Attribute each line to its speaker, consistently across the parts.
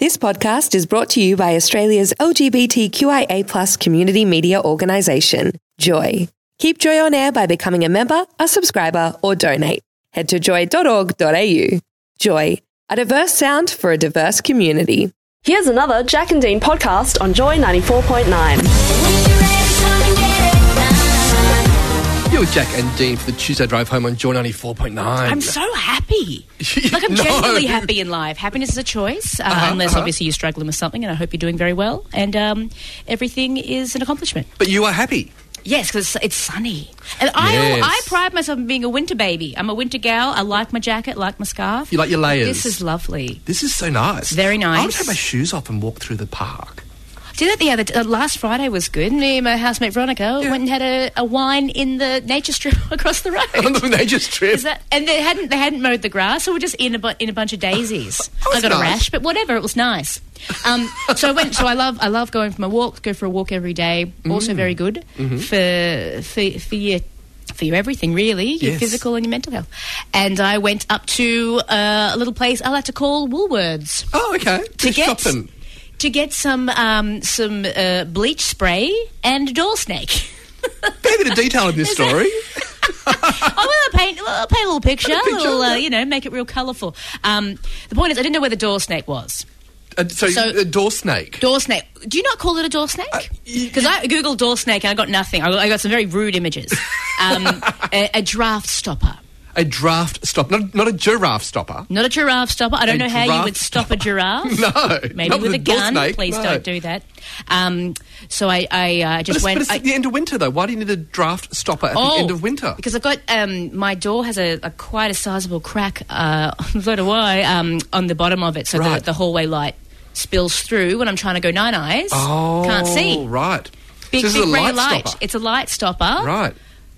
Speaker 1: This podcast is brought to you by Australia's LGBTQIA community media organisation, Joy. Keep Joy on air by becoming a member, a subscriber, or donate. Head to joy.org.au. Joy, a diverse sound for a diverse community.
Speaker 2: Here's another Jack and Dean podcast on Joy 94.9.
Speaker 3: You're with Jack and Dean for the Tuesday drive home on Joy 94.9.
Speaker 4: I'm so happy. Like I'm
Speaker 3: No. Uh-huh,
Speaker 4: genuinely happy in life. Happiness is a choice, uh, unless obviously you're struggling with something. And I hope you're doing very well. And um, everything is an accomplishment.
Speaker 3: But you are happy.
Speaker 4: Yes, because it's sunny. And I,
Speaker 3: Yes.
Speaker 4: I pride myself on being a winter baby. I'm a winter gal. I like my jacket, like my scarf.
Speaker 3: You like your layers.
Speaker 4: This is lovely.
Speaker 3: This is so nice.
Speaker 4: Very nice.
Speaker 3: I would take my shoes off and walk through the park.
Speaker 4: Did that the other uh, last Friday was good. Me and my housemate Veronica went and had a, a wine in the nature strip across the road.
Speaker 3: On the nature strip.
Speaker 4: Is that, and they hadn't they hadn't mowed the grass, so we're just in a bu- in a bunch of daisies.
Speaker 3: That was
Speaker 4: I got a
Speaker 3: nice.
Speaker 4: rash, but whatever, it was nice. Um, so I went. So I love I love going for my walks. Go for a walk every day. Also
Speaker 3: Mm.
Speaker 4: very good
Speaker 3: Mm-hmm.
Speaker 4: for for for your for your everything really, your
Speaker 3: Yes.
Speaker 4: physical and your mental health. And I went up to uh, a little place I like to call Woolworths
Speaker 3: Oh, okay.
Speaker 4: to
Speaker 3: Just
Speaker 4: get
Speaker 3: shopping.
Speaker 4: to get some um, some uh, bleach spray and a door snake.
Speaker 3: They're the detail of this
Speaker 4: Is that-
Speaker 3: story.
Speaker 4: I want to paint, Oh, well, I'll paint a little picture, a
Speaker 3: picture,
Speaker 4: little, uh,
Speaker 3: yeah.
Speaker 4: you know, make it real colourful. Um, the point is, I didn't know where the door snake was.
Speaker 3: Uh, so,
Speaker 4: So-
Speaker 3: a door snake.
Speaker 4: Door snake. Do you not call it a door snake?
Speaker 3: Uh, y-
Speaker 4: Because I googled door snake and I got nothing. I got, I got some very rude images. Um, a, a draft stopper.
Speaker 3: a draft stop. Not, not a giraffe stopper.
Speaker 4: Not a giraffe stopper. I don't
Speaker 3: A
Speaker 4: know how you
Speaker 3: giraffe
Speaker 4: would stop a
Speaker 3: stopper.
Speaker 4: giraffe.
Speaker 3: No,
Speaker 4: Maybe
Speaker 3: not with
Speaker 4: with a
Speaker 3: a door
Speaker 4: gun.
Speaker 3: snake,
Speaker 4: Please
Speaker 3: no.
Speaker 4: don't do that. Um, so I, I uh,
Speaker 3: But
Speaker 4: just
Speaker 3: it's,
Speaker 4: went.
Speaker 3: but it's
Speaker 4: I- Oh,
Speaker 3: at the end of winter, though. Why do you need a draft stopper at the end of winter?
Speaker 4: Because I've got um, my door has a, a quite a sizable crack. Uh, so do I um, on the bottom of it, so
Speaker 3: Right.
Speaker 4: the, the hallway light spills through when I'm trying to go nine eyes.
Speaker 3: oh,
Speaker 4: can't see.
Speaker 3: right.
Speaker 4: Big,
Speaker 3: so this
Speaker 4: big
Speaker 3: is a
Speaker 4: red
Speaker 3: light,
Speaker 4: light.
Speaker 3: stopper.
Speaker 4: It's a light stopper.
Speaker 3: right.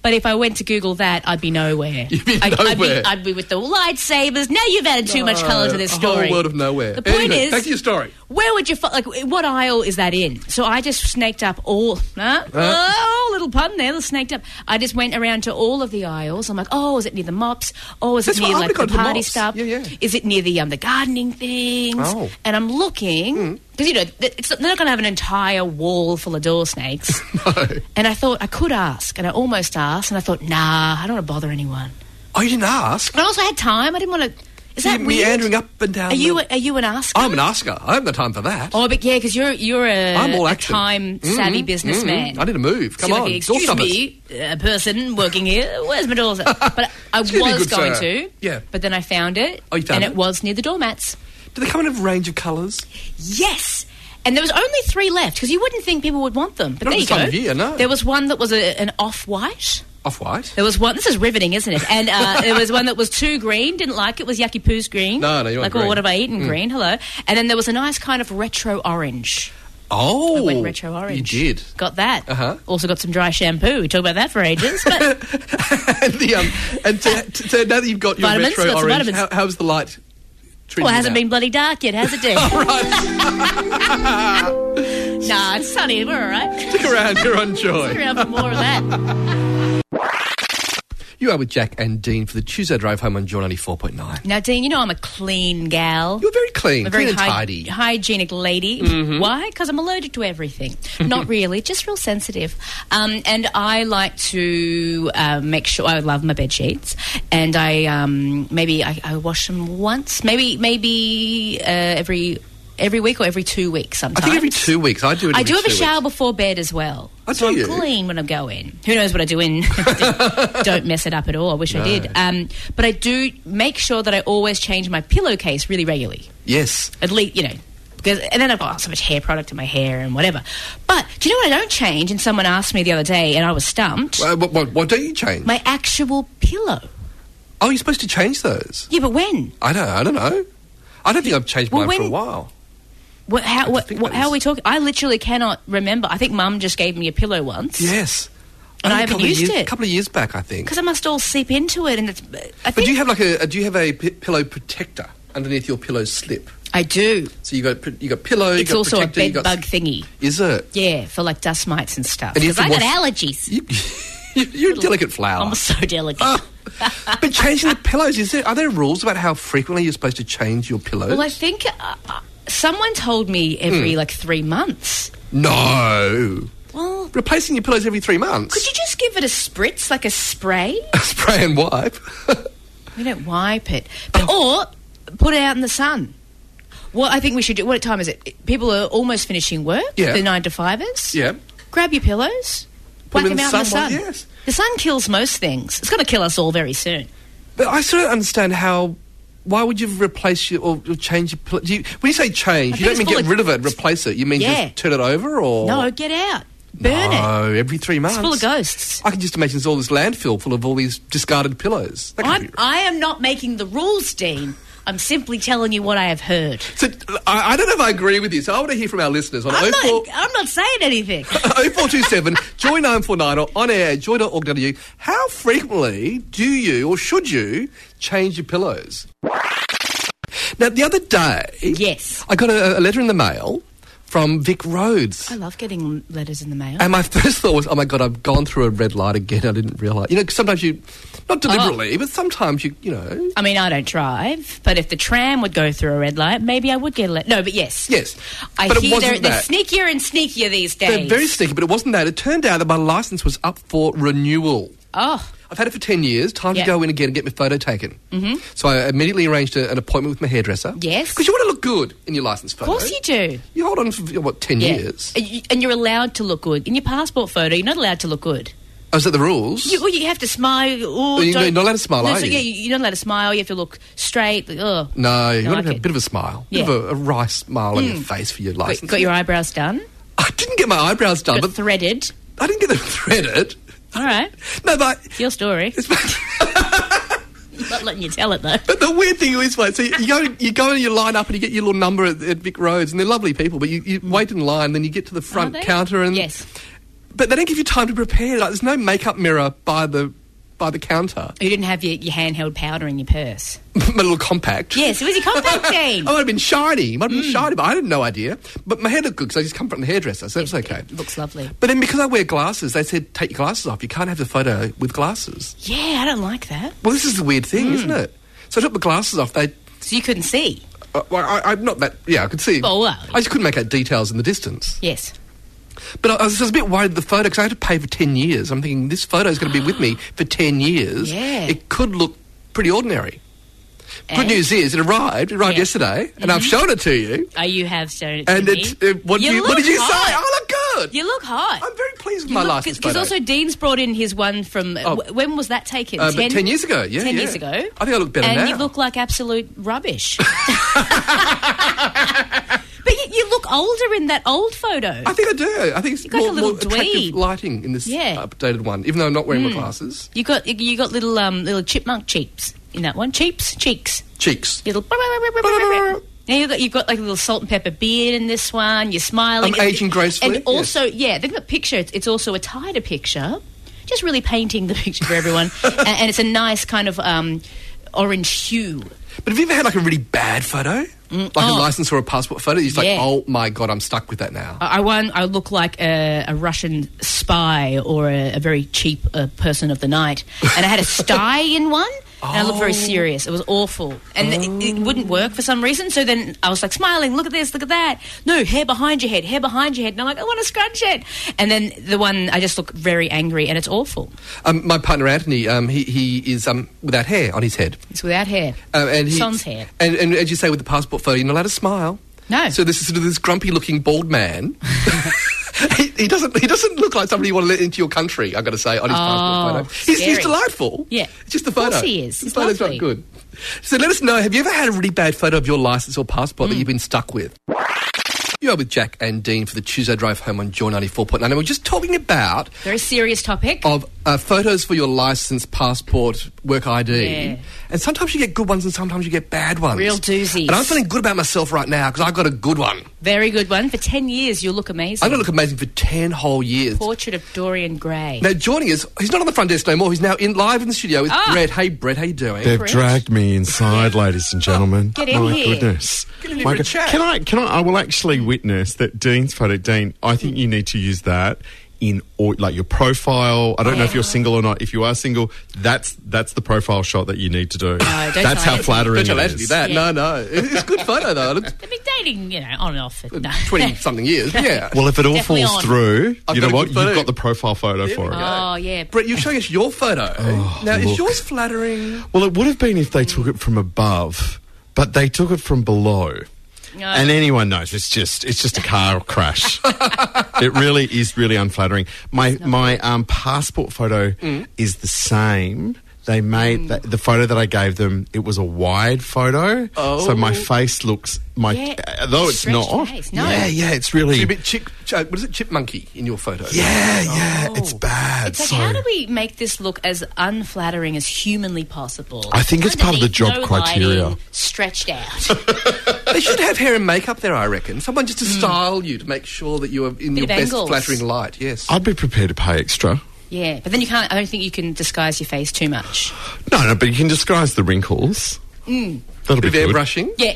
Speaker 4: But if I went to Google that, I'd be nowhere.
Speaker 3: You'd be
Speaker 4: I'd,
Speaker 3: nowhere.
Speaker 4: I'd, be, I'd be with the lightsabers. Now you've added too much colour to this
Speaker 3: A whole
Speaker 4: story.
Speaker 3: world of nowhere.
Speaker 4: The point
Speaker 3: Anyway,
Speaker 4: is,
Speaker 3: back to your story.
Speaker 4: Where would you fi- like? What aisle is that in? So I just snaked up all. Huh?
Speaker 3: Uh.
Speaker 4: Oh, little pun there. Little snaked up. I just went around to all of the aisles. I'm like, oh, is it near the mops? Oh, is
Speaker 3: That's
Speaker 4: it
Speaker 3: what
Speaker 4: near
Speaker 3: I
Speaker 4: like
Speaker 3: would've
Speaker 4: the
Speaker 3: gone to the
Speaker 4: party
Speaker 3: mops.
Speaker 4: stuff?
Speaker 3: Yeah, yeah.
Speaker 4: Is it near the um the gardening things?
Speaker 3: Oh. Hmm.
Speaker 4: And I'm looking because you know th- it's, they're not going to have an entire wall full of door snakes.
Speaker 3: No.
Speaker 4: And I thought I could ask, and I almost asked, and I thought, nah, I don't want to bother anyone.
Speaker 3: Oh, you didn't ask?
Speaker 4: But I also had time. I didn't want to. Is that
Speaker 3: you
Speaker 4: weird?
Speaker 3: meandering up and down.
Speaker 4: Are you
Speaker 3: the-
Speaker 4: a, are you an asker?
Speaker 3: I'm an asker. I haven't got time for that.
Speaker 4: Oh, but yeah, because you're you're a,
Speaker 3: I'm all
Speaker 4: a
Speaker 3: action. Mm-hmm.
Speaker 4: time savvy businessman.
Speaker 3: I need to move. Come
Speaker 4: So you're
Speaker 3: on.
Speaker 4: like,
Speaker 3: Door
Speaker 4: excuse
Speaker 3: stoppers.
Speaker 4: me, a person working here. Where's my door? But I was
Speaker 3: Excuse me, good
Speaker 4: going
Speaker 3: sir.
Speaker 4: to.
Speaker 3: Yeah.
Speaker 4: But then I found it.
Speaker 3: Oh, you found
Speaker 4: and
Speaker 3: it?
Speaker 4: it was near the doormats.
Speaker 3: Do they come in a range of colours?
Speaker 4: Yes. And there was only three left because you wouldn't think people would want them. But
Speaker 3: Not
Speaker 4: there
Speaker 3: at
Speaker 4: you
Speaker 3: this time
Speaker 4: go.
Speaker 3: of year, no.
Speaker 4: There was one that was a, an off-white.
Speaker 3: Off white?
Speaker 4: There was one. This is riveting, isn't it? And uh, there was one that was too green. Didn't like it. Was yucky poo's green.
Speaker 3: No, no, you want
Speaker 4: like,
Speaker 3: green. Mm.
Speaker 4: oh, what have I eaten? Green. Hello. And then there was a nice kind of retro orange.
Speaker 3: Oh.
Speaker 4: I went retro orange.
Speaker 3: You did.
Speaker 4: Got that.
Speaker 3: Uh-huh.
Speaker 4: Also got some dry shampoo. We talked about that for ages. But
Speaker 3: and the, um, and so, so now that you've got your
Speaker 4: Vitamins,
Speaker 3: retro
Speaker 4: got some
Speaker 3: orange,
Speaker 4: vitamins.
Speaker 3: How, how's the light treating
Speaker 4: well, it
Speaker 3: you
Speaker 4: hasn't
Speaker 3: now?
Speaker 4: been bloody dark yet, has it, dear? nah, it's sunny. We're all right.
Speaker 3: Stick around. You're on
Speaker 4: Stick
Speaker 3: Joy.
Speaker 4: around for more of that.
Speaker 3: You are with Jack and Dean for the Tuesday drive home on Joy 94.9.
Speaker 4: Now, Dean, you know I'm a clean gal.
Speaker 3: You're very clean,
Speaker 4: I'm a
Speaker 3: clean
Speaker 4: very
Speaker 3: and
Speaker 4: hy-
Speaker 3: tidy. Mm-hmm.
Speaker 4: hygienic lady. Why? Because I'm allergic to everything. Not really, just real sensitive. Um, and I like to uh, make sure I love my bed sheets, and I um, maybe I, I wash them once, maybe maybe uh, every every week or every two weeks.
Speaker 3: I
Speaker 4: Sometimes
Speaker 3: think every two weeks. I do it
Speaker 4: I
Speaker 3: every
Speaker 4: do have
Speaker 3: two
Speaker 4: a shower
Speaker 3: weeks.
Speaker 4: before bed as well.
Speaker 3: Oh,
Speaker 4: so
Speaker 3: do
Speaker 4: I'm
Speaker 3: you?
Speaker 4: clean when I go in. Who knows what I do in? Don't mess it up at all. I wish I did. Um, but I do make sure that I always change my pillowcase really regularly
Speaker 3: Yes.
Speaker 4: at least you know because and then I've got oh, so much hair product in my hair and whatever. But do you know what I don't change? And someone asked me the other day, and I was stumped.
Speaker 3: Well, what, what, what do you change?
Speaker 4: my actual pillow.
Speaker 3: oh, you're supposed to change those.
Speaker 4: Yeah, but when?
Speaker 3: I don't. I don't know. I don't think I've changed
Speaker 4: Well,
Speaker 3: mine for a
Speaker 4: when-
Speaker 3: while.
Speaker 4: What, how?
Speaker 3: to
Speaker 4: What,
Speaker 3: think
Speaker 4: what,
Speaker 3: about
Speaker 4: how
Speaker 3: this.
Speaker 4: are we talking? I literally cannot remember. I think Mum just gave me a pillow once.
Speaker 3: Yes.
Speaker 4: And
Speaker 3: Only
Speaker 4: I
Speaker 3: a
Speaker 4: haven't
Speaker 3: couple of
Speaker 4: used
Speaker 3: years,
Speaker 4: it.
Speaker 3: A couple of years back, I think.
Speaker 4: Because I must all seep into it, and it's. I think
Speaker 3: But do you have like a, a do you have a p- pillow protector underneath your pillow slip?
Speaker 4: I do.
Speaker 3: So you got pr- you got pillow. you
Speaker 4: It's
Speaker 3: got
Speaker 4: also a
Speaker 3: protector, you
Speaker 4: bed
Speaker 3: got
Speaker 4: bug
Speaker 3: s-
Speaker 4: thingy.
Speaker 3: Is it?
Speaker 4: Yeah, for like dust mites and stuff.
Speaker 3: And you have
Speaker 4: Because I
Speaker 3: to
Speaker 4: got
Speaker 3: wash-
Speaker 4: allergies.
Speaker 3: You, you're a delicate flower.
Speaker 4: I'm so delicate.
Speaker 3: Ah. but changing the pillows is there? Are there rules about how frequently you're supposed to change your pillows?
Speaker 4: Well, I think uh, uh, Someone told me every
Speaker 3: Hmm.
Speaker 4: like three months.
Speaker 3: No.
Speaker 4: Well, could
Speaker 3: Replacing your pillows every three months.
Speaker 4: you just give it a spritz, like a spray?
Speaker 3: Spray and wipe.
Speaker 4: We don't wipe it. But, Or put it out in the sun. What I think we should do, what time is it? People are almost finishing work,
Speaker 3: Yeah.
Speaker 4: the nine to fivers.
Speaker 3: yeah.
Speaker 4: Grab your pillows,
Speaker 3: Put
Speaker 4: whack
Speaker 3: them in
Speaker 4: them out in the
Speaker 3: the sun,
Speaker 4: sun.
Speaker 3: yes.
Speaker 4: The sun kills most things. It's going to kill us all very soon.
Speaker 3: But I still don't understand how. Why would you replace your or or change your pillow? Do you, when you say change, you
Speaker 4: think
Speaker 3: don't
Speaker 4: it's
Speaker 3: mean
Speaker 4: full
Speaker 3: get
Speaker 4: of-
Speaker 3: rid of it, replace it. You mean
Speaker 4: Yeah.
Speaker 3: just turn it over or
Speaker 4: No, get out. Burn it.
Speaker 3: No, every three months.
Speaker 4: It's full of ghosts.
Speaker 3: I can just imagine there's all this landfill full of all these discarded pillows. That could
Speaker 4: I'm,
Speaker 3: be-
Speaker 4: I am not making the rules, Dean. I'm simply telling you what I have heard.
Speaker 3: So, I, I don't know if I agree with you. So I want to hear from our listeners on
Speaker 4: I'm
Speaker 3: 04
Speaker 4: not, I'm not saying anything.
Speaker 3: 0427 joy 949 or on air at joy.org.au. How frequently do you or should you change your pillows? Now, the other day,
Speaker 4: Yes.
Speaker 3: I got a, a letter in the mail from Vic Rhodes.
Speaker 4: I love getting letters in the mail.
Speaker 3: And my first thought was, oh my God, I've gone through a red light again. I didn't realise. You know, 'cause sometimes you, not
Speaker 4: Oh.
Speaker 3: deliberately, but sometimes you, you know.
Speaker 4: I mean, I don't drive, but if the tram would go through a red light, maybe I would get a letter. No, but yes.
Speaker 3: Yes.
Speaker 4: I
Speaker 3: But it
Speaker 4: hear
Speaker 3: wasn't
Speaker 4: they're,
Speaker 3: that.
Speaker 4: they're sneakier and sneakier these
Speaker 3: They're
Speaker 4: days.
Speaker 3: very sneaky, but it wasn't that. It turned out that my license was up for renewal.
Speaker 4: oh,
Speaker 3: I've had it for 10 years. Time
Speaker 4: Yeah.
Speaker 3: to go in again and get my photo taken. Mm-hmm. So I immediately arranged a, an appointment with my hairdresser.
Speaker 4: Yes.
Speaker 3: Because you want to look good in your license
Speaker 4: of
Speaker 3: photo.
Speaker 4: course you do.
Speaker 3: You hold on for, what, 10
Speaker 4: Yeah.
Speaker 3: years?
Speaker 4: And you- And you're allowed to look good. In your passport photo, you're not allowed to look good.
Speaker 3: Oh, is that the rules?
Speaker 4: You, or you have to smile. Or
Speaker 3: Well, you-
Speaker 4: don't-
Speaker 3: you're not allowed to smile,
Speaker 4: no,
Speaker 3: are
Speaker 4: so,
Speaker 3: you?
Speaker 4: Yeah, you're not allowed to smile. You have to look straight. Like, oh, ugh.
Speaker 3: no, you
Speaker 4: No,
Speaker 3: want to
Speaker 4: I
Speaker 3: have a
Speaker 4: get-
Speaker 3: bit of a smile.
Speaker 4: Yeah. Mm.
Speaker 3: Bit of a, a wry smile on your face for your
Speaker 4: Got,
Speaker 3: license.
Speaker 4: got your eyebrows done.
Speaker 3: I didn't get my eyebrows done,
Speaker 4: Got
Speaker 3: but
Speaker 4: threaded.
Speaker 3: I didn't get them threaded.
Speaker 4: All right.
Speaker 3: No, but
Speaker 4: Your story.
Speaker 3: It's-
Speaker 4: not letting you tell it though.
Speaker 3: But the weird thing is, mate, so you go, you go and you line up and you get your little number at, at Vic Roads, and they're lovely people, but you, you wait in line, then you get to the front
Speaker 4: they?
Speaker 3: counter, and
Speaker 4: Yes.
Speaker 3: but they don't give you time to prepare. Like, there's no makeup mirror by the by the counter,
Speaker 4: You didn't have your, your handheld powder in your purse.
Speaker 3: my little compact.
Speaker 4: Yes, it was your compact Mm.
Speaker 3: I
Speaker 4: Dean.
Speaker 3: might have been shiny, might have been shiny, but I had no idea. But my hair looked good because I just come from the hairdresser, so it's okay.
Speaker 4: looks lovely.
Speaker 3: But then because I wear glasses, they said take your glasses off. You can't have the photo with glasses.
Speaker 4: Yeah, I don't like that.
Speaker 3: Well, this is the weird thing, isn't
Speaker 4: Hmm.
Speaker 3: it? So I took my glasses off. They
Speaker 4: So you couldn't see.
Speaker 3: Uh, well, I, I'm not that. Yeah, I could see.
Speaker 4: Oh, wow.
Speaker 3: I just couldn't make out details in the distance.
Speaker 4: Yes.
Speaker 3: But I, I was, I was a bit worried of the photo because I had to pay for 10 years. I'm thinking this photo is going to be with me for 10 years.
Speaker 4: Yeah.
Speaker 3: It could look pretty ordinary. Good
Speaker 4: And?
Speaker 3: news is it arrived. It arrived
Speaker 4: Yeah.
Speaker 3: yesterday, and I've shown it to you.
Speaker 4: Oh, you have shown it to
Speaker 3: And
Speaker 4: me.
Speaker 3: it, it, what, do you, what
Speaker 4: look
Speaker 3: did you
Speaker 4: hot.
Speaker 3: say? I look good.
Speaker 4: You look hot.
Speaker 3: I'm very pleased with my license
Speaker 4: Because
Speaker 3: photo.
Speaker 4: also Dean's brought in his one from
Speaker 3: Oh.
Speaker 4: wh- when was that taken?
Speaker 3: Uh, but 10 years ago, yeah,
Speaker 4: ten
Speaker 3: yeah.
Speaker 4: years ago.
Speaker 3: I think I look better
Speaker 4: and
Speaker 3: now.
Speaker 4: you look like absolute rubbish. but you, you look older in that old photo.
Speaker 3: I think I do. I think it's
Speaker 4: got
Speaker 3: more,
Speaker 4: a little
Speaker 3: more attractive
Speaker 4: dweeb.
Speaker 3: lighting in this
Speaker 4: Yeah. Hmm.
Speaker 3: updated one, even though I'm not wearing my glasses.
Speaker 4: You got you got little um little chipmunk cheeks in that one. Cheeps, cheeks.
Speaker 3: Cheeks.
Speaker 4: Little. Now you've got, you've got like a little salt and pepper beard in this one. You're smiling.
Speaker 3: I'm aging gracefully,
Speaker 4: And also, yeah, they've got a picture. It's, it's also a tighter picture, just really painting the picture for everyone. and, and it's a nice kind of um, orange hue.
Speaker 3: But have you ever had like a really bad photo? Like a
Speaker 4: oh.
Speaker 3: license or a passport photo? You're just like,
Speaker 4: Yeah. Uh.
Speaker 3: oh my God, I'm stuck with that now.
Speaker 4: I, I one I look like a, a Russian spy or a, a very cheap uh, person of the night, and I had a sty in one. And I looked very
Speaker 3: Oh.
Speaker 4: serious. It was awful, and it, it wouldn't work for some reason. So then I was like smiling, look at this, look at that. No hair behind your head, hair behind your head, and I'm like, I want to scrunch it. And then the one I just look very angry, and it's awful.
Speaker 3: Um, my partner Anthony, um, he, he is um, without hair on his head.
Speaker 4: It's without hair.
Speaker 3: Um, and he,
Speaker 4: Sans hair.
Speaker 3: And, and as you say with the passport photo, you're not allowed to smile.
Speaker 4: No.
Speaker 3: So this is sort of this grumpy looking bald man. he, he doesn't he doesn't look like somebody you want to let into your country, I've got to say, on his passport photo. He's, he's
Speaker 4: Oh, scary.
Speaker 3: delightful.
Speaker 4: Yeah.
Speaker 3: It's just the
Speaker 4: Of course
Speaker 3: photo.
Speaker 4: he is.
Speaker 3: The
Speaker 4: He's
Speaker 3: photo's
Speaker 4: lovely.
Speaker 3: not good. So let us know, have you ever had a really bad photo of your license or passport that
Speaker 4: Mm.
Speaker 3: you've been stuck with? You are with Jack and Dean for the Tuesday Drive Home on Joy 94.9. And we're just talking about
Speaker 4: Very serious topic.
Speaker 3: of uh, photos for your license, passport, work ID.
Speaker 4: Yeah.
Speaker 3: And sometimes you get good ones and sometimes you get bad ones.
Speaker 4: Real doozies.
Speaker 3: And I'm feeling good about myself right now because I got a good one.
Speaker 4: Very good one. For ten years, you'll look amazing.
Speaker 3: I'm going to look amazing for 10 whole years.
Speaker 4: Portrait of Dorian Gray.
Speaker 3: Now, joining us, he's not on the front desk no more. He's now in live in the studio with
Speaker 4: Ah.
Speaker 3: Brett. Hey, Brett, how you doing?
Speaker 5: They've
Speaker 4: Correct.
Speaker 5: dragged me inside, ladies and gentlemen. Oh,
Speaker 4: Get in
Speaker 5: My
Speaker 4: here.
Speaker 5: goodness.
Speaker 3: Get in here
Speaker 5: My
Speaker 3: for a
Speaker 5: go-
Speaker 3: chat.
Speaker 5: Can I? Can I? I will actually witness that Dean's photo. Dean, I think you need to use that in or like your profile. I don't know if you're single or not. If you are single, that's that's the profile shot that you need to do.
Speaker 4: don't
Speaker 5: that's
Speaker 4: try
Speaker 5: how
Speaker 4: it.
Speaker 5: flattering
Speaker 3: Don't you
Speaker 5: it
Speaker 3: allegedly
Speaker 5: is.
Speaker 3: that? No,
Speaker 4: Yeah.
Speaker 3: no. It's a good photo though. It's
Speaker 4: They've been dating, you know, on and off. No.
Speaker 3: 20 Uh, something years. but Yeah.
Speaker 5: Well, if it all
Speaker 4: Definitely
Speaker 5: falls
Speaker 4: on.
Speaker 5: through,
Speaker 3: I've
Speaker 5: you
Speaker 3: got
Speaker 5: know
Speaker 3: a
Speaker 5: what?
Speaker 3: good
Speaker 5: You've
Speaker 3: photo.
Speaker 5: got the profile photo
Speaker 3: There
Speaker 5: for
Speaker 3: we
Speaker 5: it.
Speaker 3: go.
Speaker 4: Oh, yeah.
Speaker 3: Brett, you're showing us your photo. now, is
Speaker 5: look.
Speaker 3: yours flattering?
Speaker 5: Well, it would have been if they took it from above, but they took it from below. And anyone knows it's just it's just a car crash. it really is really unflattering. My my um, passport photo
Speaker 3: Mm.
Speaker 5: is the same. They made
Speaker 4: Mm.
Speaker 5: that, the photo that I gave them. It was a wide photo, so my face looks
Speaker 4: Oh.
Speaker 5: my
Speaker 4: Yeah,
Speaker 5: uh, though it's
Speaker 4: stretched
Speaker 5: not.
Speaker 4: face, no.
Speaker 5: Yeah, yeah, it's really
Speaker 3: You're a bit chick, ch- uh, what is it, chipmunky in your photo?
Speaker 5: yeah, yeah. It's
Speaker 4: Oh.
Speaker 5: bad.
Speaker 4: It's like,
Speaker 5: so
Speaker 4: how do we make this look as unflattering as humanly possible?
Speaker 5: I think it's part of the
Speaker 4: Underneath,
Speaker 5: job
Speaker 4: no
Speaker 5: criteria.
Speaker 4: lighting, stretched out.
Speaker 3: They should have hair and makeup there, I reckon. Someone just to style you to make sure that you are in your
Speaker 4: of
Speaker 3: best
Speaker 4: Hmm. angles.
Speaker 3: flattering light. Yes.
Speaker 5: I'd be prepared to pay extra.
Speaker 4: yeah, but then you can't. I don't think you can disguise your face too much.
Speaker 5: No, no, but you can disguise the wrinkles. That'll be
Speaker 3: Bit of
Speaker 5: good.
Speaker 3: airbrushing.
Speaker 4: Yeah.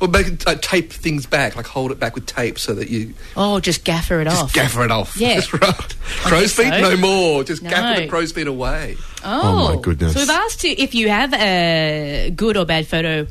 Speaker 3: Or make, it, uh, tape things back, like hold it back with tape so that you
Speaker 4: Oh, just gaffer it off.
Speaker 3: gaffer it off.
Speaker 4: Yeah.
Speaker 3: That's right. Crow's feet,
Speaker 4: so.
Speaker 3: no more. Just gaffer the
Speaker 4: No.
Speaker 3: crow's feet away.
Speaker 4: Oh,
Speaker 5: Oh, my goodness.
Speaker 4: So we've asked you if you have a good or bad photo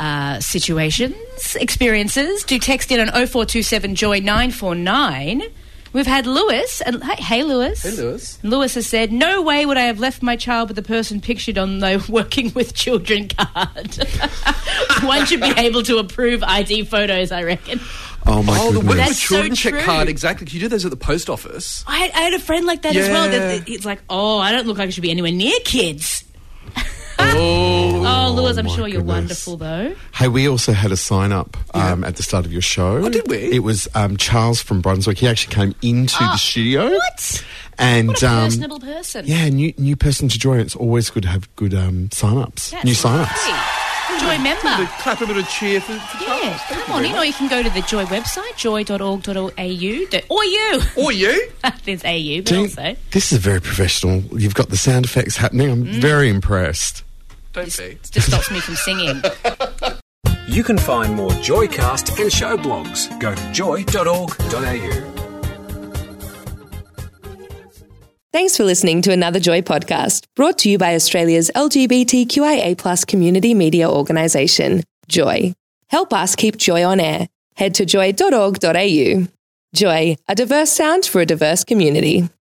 Speaker 4: uh, situations, experiences. Do text in on 0427 Joy 949. We've had Lewis, and hey, hey, Lewis.
Speaker 3: Hey, Lewis.
Speaker 4: Lewis has said, "No way would I have left my child with the person pictured on the working with children card. One should be able to approve ID photos, I reckon."
Speaker 5: Oh my
Speaker 3: Oh, the
Speaker 5: goodness!
Speaker 3: work with
Speaker 4: That's so
Speaker 3: children check
Speaker 4: true.
Speaker 3: card, exactly. 'cause You do those at the post office.
Speaker 4: I had, I had a friend like that as well.
Speaker 3: Yeah.
Speaker 4: That that it's like, oh, I don't look like I should be anywhere near kids.
Speaker 3: Oh,
Speaker 4: Oh, Lewis, I'm
Speaker 5: my
Speaker 4: sure you're
Speaker 5: goodness.
Speaker 4: wonderful though.
Speaker 5: Hey, we also had a sign up um, at the start of your show.
Speaker 3: Oh, did we?
Speaker 5: It was um, Charles from Brunswick. He actually came into the studio.
Speaker 4: What?
Speaker 5: And
Speaker 4: What a
Speaker 5: um,
Speaker 4: personable person.
Speaker 5: yeah, new new person to join. It's always good to have good um, sign ups.
Speaker 4: That's
Speaker 5: New sign ups.
Speaker 4: great. Joy
Speaker 3: a bit
Speaker 4: member.
Speaker 3: of clap, a bit of cheer for, for
Speaker 4: Ah. Yeah,
Speaker 3: Charles. Thank
Speaker 4: come
Speaker 3: you
Speaker 4: on
Speaker 3: very
Speaker 4: in,
Speaker 3: much.
Speaker 4: or you can go to the Joy website, joy.org.au. Don't- Or you.
Speaker 3: Or you.
Speaker 4: There's AU, but
Speaker 5: Do you-
Speaker 4: also.
Speaker 5: This is very professional. You've got the sound effects happening. I'm very impressed.
Speaker 3: Don't be.
Speaker 4: It just stops me from singing.
Speaker 6: You can find more Joycast and show blogs. Go to joy.org.au.
Speaker 1: Thanks for listening to another Joy podcast brought to you by Australia's LGBTQIA community media organisation, Joy. Help us keep joy on air. Head to joy.org.au. Joy, a diverse sound for a diverse community.